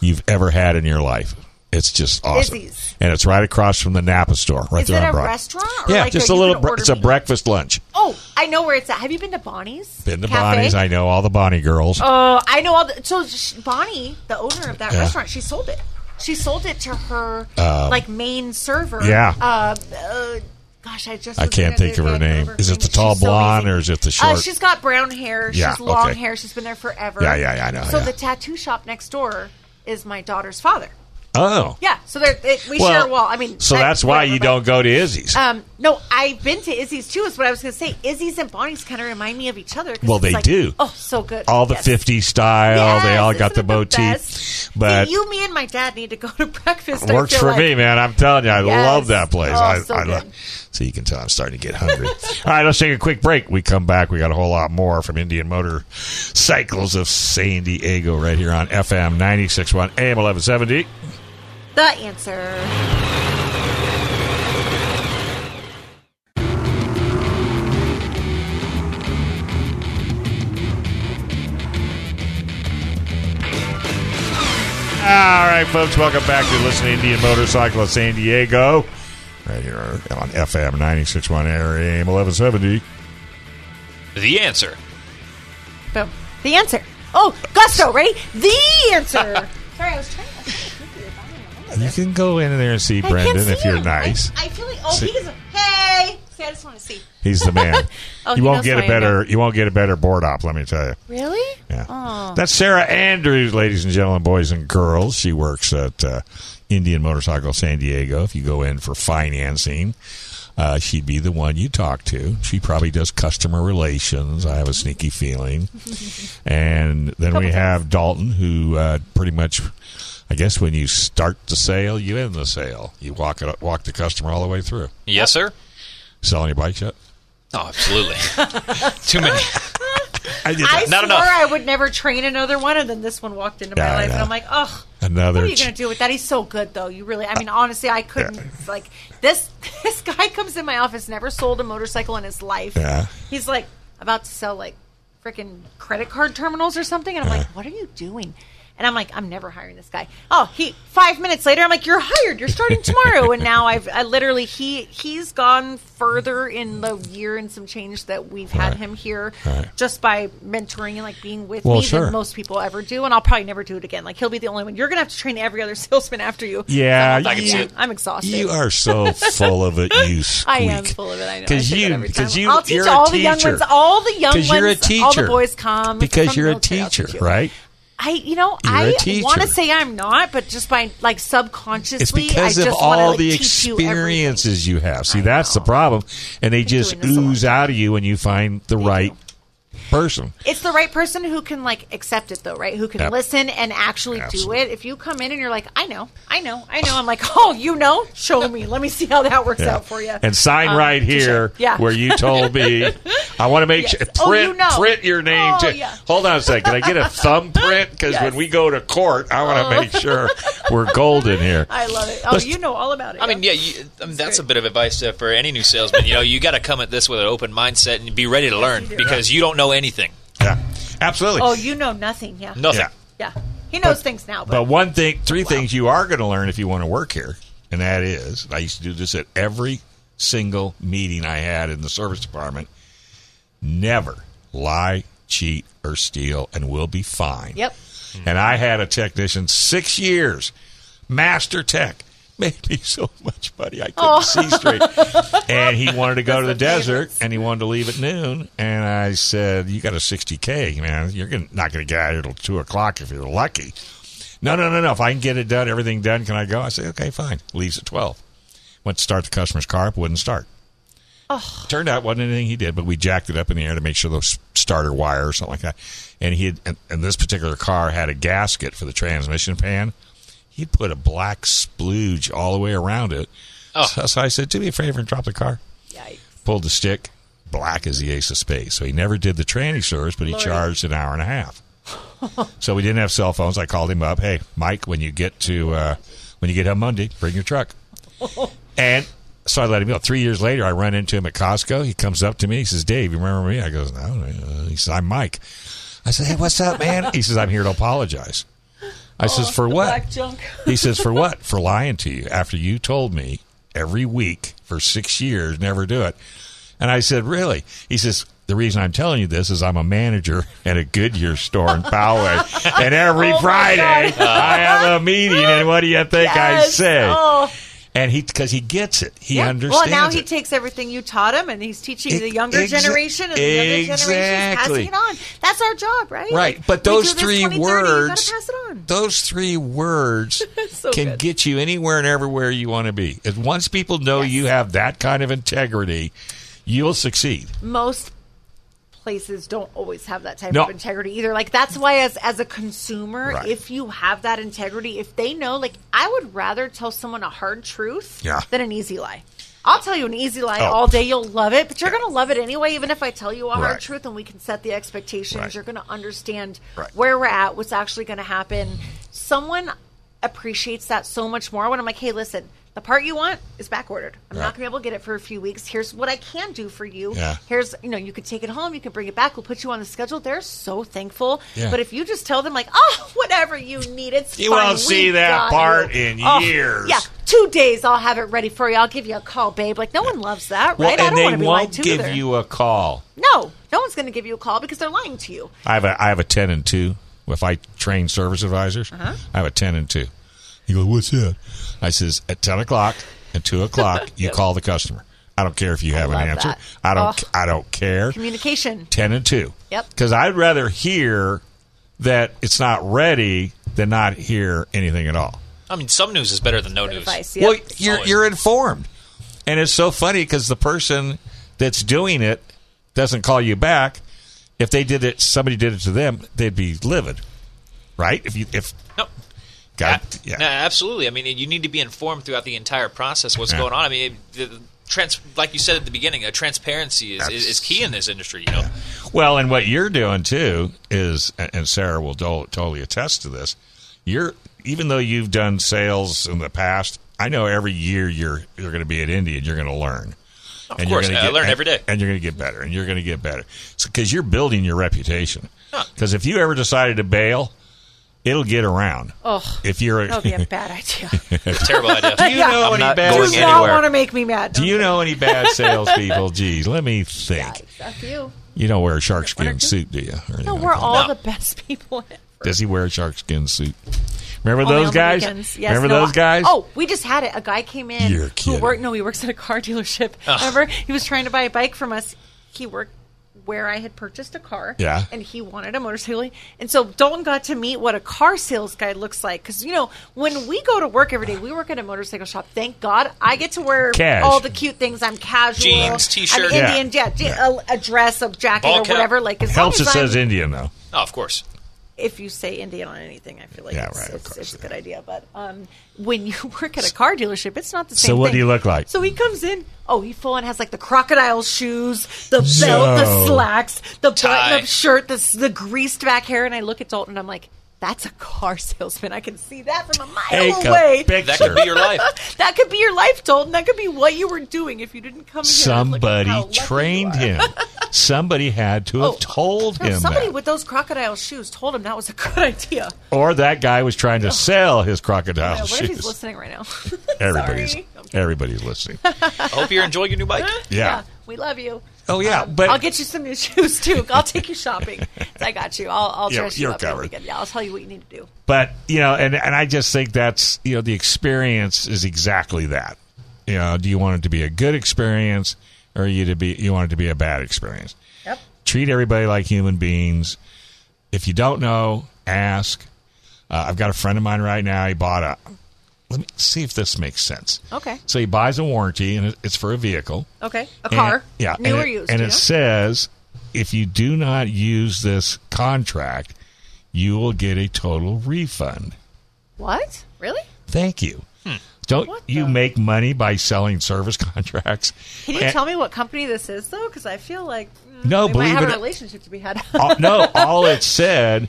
you've ever had in your life. It's just awesome,
Izzy's.
and it's right across from the Napa store, right
Is
there
it
on
a
Broadway.
restaurant or
Yeah,
like
just
a-
a
you
little.
can
bre-
order
It's a
me-
breakfast lunch.
Oh, I know where it's at. Have you been to Bonnie's?
Been to
Cafe?
Bonnie's. I know all the Bonnie girls.
Oh, I know all the. So sh- Bonnie, the owner of that
Yeah. Oh.
restaurant, she sold it. She sold it to her like main server.
yeah.
Uh, uh, gosh, I just.
I
was
can't
there
think of her
other day. I
name.
don't remember
Is
her
it the
name.
tall
She's so
blonde
amazing.
or is it the
Uh,
short?
she's got brown hair.
Yeah,
she's long
okay.
hair. She's been there forever.
Yeah, yeah, yeah, I know,
So
yeah.
the tattoo shop next door is my daughter's father.
oh,
Yeah. So there, it, we share a wall. I mean,
so
that-
that's why
whatever,
you
but-
don't go to Izzy's.
um, no, I've been to Izzy's too. Is what I was going to say. Izzy's and Bonnie's kind of remind me of each other. 'cause
Well,
it's
they
like,
do.
Oh, so good.
all the
Yes.
50 style. they
Yes,
all got
isn't
the
it
motif.
best?
but
See, you, me, and my dad need to go <laughs> to breakfast.
it works
I
for
feel like.
me, man. I'm telling you, I
Yes.
love that place.
Oh,
I,
so
I love.
good.
So you can tell I'm starting to get hungry. <laughs> all right, let's take a quick break. We come back. We got a whole lot more from Indian Motor Cycles of San Diego right here on FM 96.1 AM 1170.
The answer.
All right, folks, welcome back to Listen to Indian Motorcycle of San Diego. Right here on FM 96.1 AM 1170.
The answer.
Boom. The answer. Oh, gusto. Ready? The
<laughs>
answer. Sorry, I was trying. I was trying to keep you from bothering me.
You can go in there and see
I can't
Brendan
see
if you're
him. <laughs>
nice.
I, I feel like. Oh,
See-
he doesn't. Hey. See, I just want to see.
He's the man.
<laughs> Oh,
you
he
won't
knows
get
who
a
I am
better. You won't get a better board op. Let me tell you.
Really?
Yeah.
Oh.
That's Sarah Andrews, ladies and gentlemen, boys and girls. She works at uh, Indian Motorcycle San Diego. If you go in for financing, uh, she'd be the one you talk to. She probably does customer relations. I have a sneaky
<laughs>
feeling. and then we have Dalton, who uh, pretty much. I guess when you start the sale, you end the sale. You walk it, walk the customer all the way through.
Yes, sir.
Selling your bikes yet?
<laughs>
Oh, absolutely. Too many.
I did
I
that.
Not
swore
enough.
I would never train another one, and then this one walked into my
Yeah, I
life, and
know.
I'm like, oh,
Another
What are you
ch- Uh,
going to do with that? He's so good, though. You really, I mean, honestly, I couldn't. Like this, <laughs> this guy comes in my office, never sold a motorcycle in his life.
Yeah.
He's like about to sell like freaking credit card terminals or something, and I'm
<laughs>
like, what are you doing? And I'm like, I'm never hiring this guy. Oh, he. Five minutes later, I'm like, you're hired.
<laughs>
You're starting tomorrow. and now I've, I literally, he, he's gone further in the year and some change that we've had
Right.
him here,
Right.
just by mentoring and like being with
Well,
me
sure.
than most people ever do, and I'll probably never do it again. Like he'll be the only one. You're gonna have to train every other salesman after you.
Yeah,
I can see it.
I'm exhausted.
You are so full of it, you squeak.
<laughs> I am full of it. I know. I
Because
say that
you,
every time.
because you,
I'll teach
you're
all
a
the young
teacher.
ones. All the young ones.
'Cause you're a
All
teacher.
the boys come
Because
from the
you're a
military, I'll teach
teacher,
you.
right?
I, you know,
You're a
I
teacher.
want to say I'm not, but just by like subconsciously,
It's because
I
of
just wanna,
all
like,
the
teach you everything.
experiences you have. See,
I
that's the
know.
problem, and they just
doing this a long
ooze out of you when you find the right person.
It's the right person who can like accept it though, right? Who can
Yeah.
listen and actually
Absolutely.
do it. If you come in and you're like, I know, I know, I know, I'm like, oh, you know, show me. Let me see how that works out for you.
And sign
Um,
right
to show-
here
Yeah.
where you told
<laughs>
me. I want to make
Yes.
sure. Print,
Oh, you know.
print your name.
Oh,
too.
yeah.
Hold on a second. Can I
<laughs>
get a thumbprint? Because
Yes. Oh.
when we go to court, I want to make sure we're golden here.
<laughs> I love it. Oh,
Let's-
you know all about it.
I mean, yeah, you, I mean, that's a bit of advice uh, for any new salesman. You know, you got to come at this with an open mindset and be ready to learn because you don't know anything.
Yeah, absolutely.
Oh, you know nothing. Yeah.
Nothing.
Yeah.
Yeah. He knows things now,
But
but,
one thing, three things you are going to learn if you want to work here, and that is, and I used to do this at every single meeting I had in the service department. Never lie cheat, or steal, and will be fined.
Yep.
And I had a technician six years, master tech, <laughs> made me so much money I couldn't see straight. and he wanted to go to the desert, and he wanted to leave at noon. And I said, "You got a sixty k, man. You're gonna, not going to get out here till two o'clock if you're lucky." No, no, no, no. If I can get it done, everything done, can I go? I say, okay, fine. Leaves at twelve. Went to start the customer's car, wouldn't start. Turned out it wasn't anything he did, but we jacked it up in the air to make sure those starter wire or something like that. And he had, and, and this particular car had a gasket for the transmission pan. He'd put a black splooge all the way around it. So, so I said, "Do me a favor and drop the car."
Yikes.
Pulled the stick, black as the ace of spades. So he never did the tranny service, but he charged an hour and a
<laughs>
half. so we didn't have cell phones. I called him up. Hey, Mike, when you get to uh, when you get home Monday, bring your
<laughs>
truck. And so I let him go. Three years later, I run into him at Costco. He comes up to me. He says, Dave, you remember me? I goes, no. Uh, He says, I'm Mike. I said, hey, what's up, man? He says, I'm here to apologize. I says, for what?
Oh, black junk.
he says, for what? For lying to you after you told me every week for six years, never do it. And I said, really? He says, the reason I'm telling you this is I'm a manager at a Goodyear store in
<laughs>
Poway. and
Oh
every Friday I have a meeting. And what do you think I
Yes.
say?
Oh.
And he, because he gets it, he
Yeah.
understands.
Well, now he
it.
takes everything you taught him, and he's teaching
Ex-
the younger
exa-
generation, and the younger generation is
exactly.
passing it on. That's our job, right?
right.
Like,
But
we
those
do this
three
20, 30, you
words,
gotta pass it on.
those three
<laughs>
words
So
can
good.
get you anywhere and everywhere you want to be. And once people know you have that kind of integrity, you'll succeed.
Most places don't always have that type
No.
of integrity either. Like that's why, as as a consumer,
Right.
if you have that integrity, if they know, like I would rather tell someone a hard truth
Yeah.
than an easy lie. I'll tell you an easy lie
Oh.
all day. You'll love it, but you're going to love it anyway, even if I tell you a
Right.
hard truth and we can set the expectations.
Right.
You're going to understand
Right.
where we're at, what's actually going to happen. Someone appreciates that so much more when I'm like, hey, listen, the part you want is back ordered. I'm not going to be able to get it for a few weeks. Here's what I can do for you.
Yeah.
Here's, you know, you could take it home, you can bring it back, we'll put you on the schedule. They're so thankful.
Yeah.
But if you just tell them, like, oh, <laughs> whatever you need, it's
You
fine.
won't
We
see that
got
part
you." Oh,
in years.
Yeah, two days I'll have it ready for you. I'll give you a call, babe. Like, no one loves that, right? I
and
don't want to
they
be lied
won't
to
give
either.
you a call.
No, no one's going to give you a call because they're lying to you.
I have a I have a ten and two. If I train service advisors,
Uh-huh.
I have a ten and two. He goes, "What's that?" I says, "At ten o'clock and two
<laughs>
o'clock, you call the customer. I don't care if you have an
love
answer.
that.
I don't.
Ugh.
I don't care. <laughs>
Communication.
Ten and two.
Yep.
Because I'd rather hear that it's not ready than not hear anything at all.
I mean, some news is better than no news.
Advice.
Well,
yep.
you're
Always.
you're informed, and it's so funny because the person that's doing it doesn't call you back. If they did it, somebody did it to them, they'd be livid, right? If you if
No.
God,
A-
yeah,
No, absolutely. I mean, you need to be informed throughout the entire process what's
Yeah.
going on. I mean, it, the, trans, like you said at the beginning, uh, transparency is, is, is key in this industry. You know,
Well, and what you're doing too is, and- and Sarah will do- totally attest to this. You're even though you've done sales in the past, I know every year you're you're going to be at Indy and you're going to learn. Of
course, I learn
<laughs>
every day.
and you're going to get better, and you're going to get better because you're building your reputation. Because if you ever decided to bail, it'll get around. Oh, if you're, a,
That would be a bad idea.
terrible idea.
do you know any
not
bad?
going
Do not want to make me
<laughs>
mad.
do you know any bad salespeople? Geez, let me think.
Fuck you.
You don't wear a shark skin suit, do you? Or
No,
anything
we're
like that?
all
No.
the best people. ever.
Does he wear a shark skin suit? Remember
Only
those
on the
guys?
weekends. Oh, Yes,
Remember
no,
those
I-
guys?
Oh, we just had it. A guy came in
You're
who
kidding.
worked. No, he works at a car <laughs> dealership. Remember, he was trying to buy a bike from us. He worked where I had purchased a car.
Yeah.
and he wanted a motorcycle. And so Dalton got to meet what a car sales guy looks like. Because you know, when we go to work every day, we work at a motorcycle shop. Thank God, I get to wear
Cash.
all the cute things. I'm casual,
Jeans, t-shirt.
I'm
Yeah.
Indian, yeah, j- a, a dress, a jacket,
Ball
or
cap.
whatever. Like as
Helps it
long as
says
I'm-
Indian though.
Oh, of course.
if you say Indian on anything, I feel like
Yeah,
it's,
right, of
it's,
course,
it's a
yeah.
good idea. But um, when you <laughs> work at a car dealership, it's not the
So
same.
what do
thing.
you look like?
So he comes in. Oh, he full on has like the crocodile shoes, the belt, the slacks, the
Tie.
button-up shirt, the s- the greased back hair, and I look at Dalton and I'm like, "That's a car salesman. I can see that from a mile
Take
away.
a picture.
That could be your life.
that could be your life, Dalton. That could be what you were doing if you didn't come here. and look at how
Somebody
lucky you
trained
are." <laughs>
him. Somebody had to have
Oh,
told
no,
him
somebody
that.
with those crocodile shoes told him that was a good <laughs> idea.
or that guy was trying to sell his crocodile
Yeah, Oh. what if he's
shoes.
listening right now? <laughs>
Everybody's
Sorry. <laughs>
everybody's listening.
I hope you're enjoying your new bike.
Yeah.
We love you.
Oh yeah, but
I'll get you some new <laughs> shoes too. I'll take you shopping. I got you. I'll, I'll
Yeah,
dress
you're
you up really
covered.
good. Yeah, I'll tell you what you need to do.
but you know, and and I just think that's you know the experience is exactly that. You know, do you want it to be a good experience or you to be you want it to be a bad experience?
Yep.
Treat everybody like human beings. If you don't know, ask. Uh, I've got a friend of mine right now. He bought a. Let me see if this makes sense.
Okay.
So he buys a warranty, and it- it's for a vehicle.
Okay. A
And-
car.
yeah.
New
and
or
it,
used.
And
you
it
know?
says if you do not use this contract, you will get a total refund.
What? Really?
Thank you. Don't
Hmm. What
you
the-
make money by selling service <laughs> contracts?
Can you
And-
tell me what company this is though? Because I feel like mm,
No,
we
believe
might have
it- Uh,
a relationship to be had. <laughs>
all, no, all it said,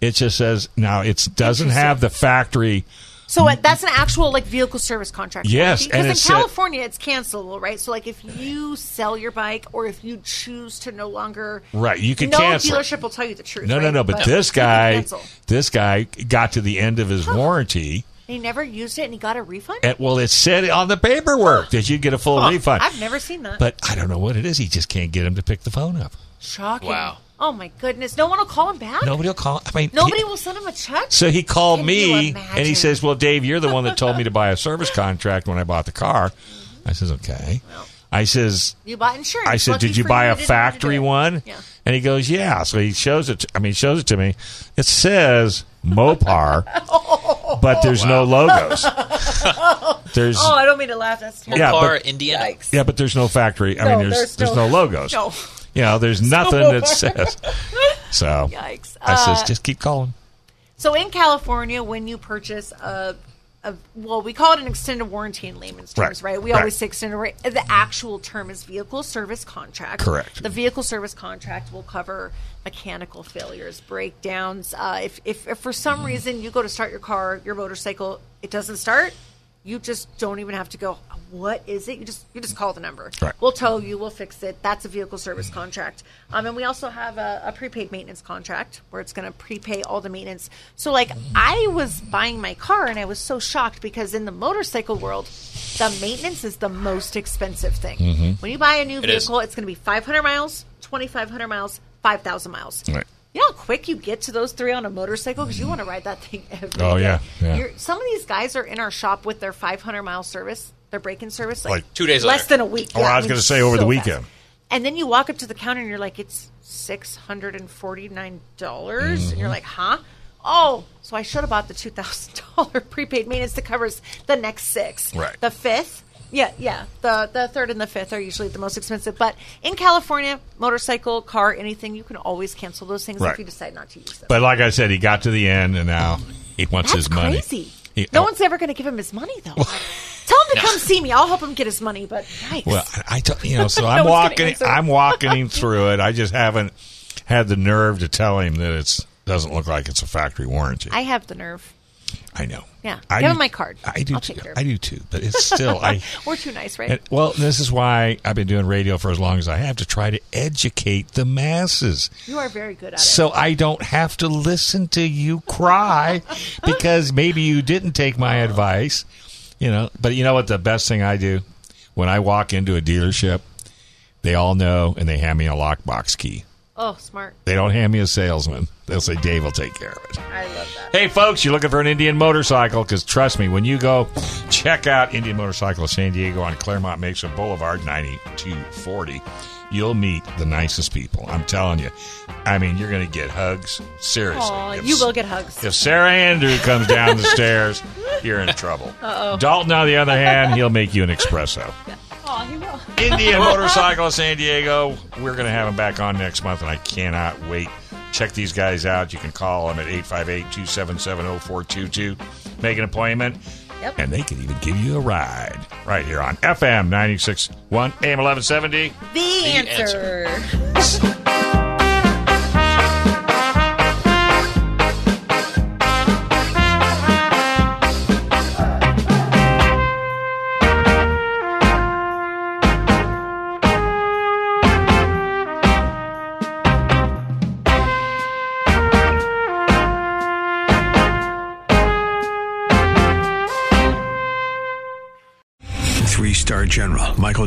it just says now it doesn't have the factory.
so it- that's an actual like vehicle service contract.
Yes, and uh,
Because in
it said-
California it's cancelable, right? So like if you sell your bike or if you choose to no longer
Right, you can
no
cancel it.
dealership will tell you the truth.
No, no,
right?
no. But,
you
this
can
guy,
cancel.
this guy got to the end of his warranty.
he never used it and he got a refund.
And, well, it said on the paperwork that you get a full refund.
I've never seen that.
But I don't know what it is. He just can't get him to pick the phone up.
Shocking.
Wow.
Oh my goodness. No one will call him back.
Nobody will call. I mean, he-
Nobody will send him a check.
So he called
Can
me
you
and he
imagine?
says, "Well, Dave, you're the one that told me to buy a
<laughs>
service contract when I bought the car." I says, "Okay." I says,
you bought insurance.
I said,
Lucky
"Did you
for
buy a
didn't have to do
factory
it."
one?"
Yeah.
And he goes, "Yeah." So he shows it. To, I mean, he shows it to me. It says
<laughs>
Mopar, but there's no logos. there's
Oh, I don't mean to laugh. That's terrible.
<laughs> Yeah,
Car,
but-
Indiana.
yeah, but there's no factory. I
No,
mean, there's
there's
there's no,
no-
logos.
No.
You know, there's nothing that says. So
Yikes.
I says,
Uh,
"Just keep calling."
So in California, when you purchase a, a well, we call it an extended warranty in layman's terms,
Right,
right? We
right.
always say extended. wa- The actual term is vehicle service contract.
Correct.
The vehicle service contract will cover mechanical failures, breakdowns. Uh, if, if if for some reason you go to start your car, your motorcycle, it doesn't start. You just don't even have to go. What is it? You just you just call the number.
Right.
We'll tow you. We'll fix it. That's a vehicle service contract. Um, and we also have a, a prepaid maintenance contract where it's going to prepay all the maintenance. So, like, I was buying my car and I was so shocked because in the motorcycle world, the maintenance is the most expensive thing. When you buy a new
is.
vehicle, it's going to be 500 miles, 2,500 miles, 5,000 miles.
Right.
You know how quick you get to those three on a motorcycle because you want to ride that thing <laughs> every
Oh,
day.
yeah, yeah.
You're, some of these guys are in our shop with their 500 mile service, their break-in service, like,
Like
two days
less
later.
than a week.
Oh, I was gonna say over the weekend.
And then you walk up to the counter and you're like, it's six hundred and forty nine dollars, and you're
Mm-hmm.
like, huh? Oh, so I should have bought the two thousand dollar <laughs> prepaid maintenance that covers the next six,
Right.
The fifth, yeah, yeah. The the third and the fifth are usually the most expensive, but in California, motorcycle, car, anything, you can always cancel those things
Right.
if you decide not to use them.
But like I said, he got to the end, and now he wants
Oh That's
his money.
crazy.
He- oh,
no one's ever going to give him his money
<laughs>
though. Tell him to come see me. I'll help him get his money. But yikes. <laughs>
Well, I, I t- you know, so I'm
one's gonna
walking.
answer.
I'm walking
<laughs>
him through it. I just haven't had the nerve to tell him that it's doesn't look like it's a factory warranty. I,
I have the nerve.
know.
Yeah.
I
Give
do-
him my card.
I do.
I'll
too,
take care of
I do too. But it's still.
<laughs>
I <laughs>
We're too nice, right?
And, well, this is why I've been doing radio for as long as I have to try to educate the masses.
You are very good at it.
So I don't have to listen to you cry because maybe you didn't take my advice. You know, but you know what the best thing I do when I walk into a dealership, they all know and they hand me a lockbox key.
Oh, smart.
They don't hand me a salesman. They'll say Dave will take care of it.
I love that.
Hey, folks, you're looking for an Indian motorcycle because trust me, when you go check out Indian Motorcycle of San Diego on Claremont Mesa Boulevard, 9240, you'll meet the nicest people. I'm telling you. I mean, you're going to get hugs. Seriously.
Aw,
If-
you will get hugs.
If Sarah Andrew comes down the stairs, you're in trouble. Uh-oh. Dalton, on the other hand, he'll make you an espresso.
Aw, he will.
Indian Motorcycle of San Diego. We're going to have them back on next month, and I cannot wait. Check these guys out. You can call them at 858 277 0422. Make an appointment,
Yep.
and they can even give you a ride right here on FM 961 AM 1170.
The, answer.
Three star General Michael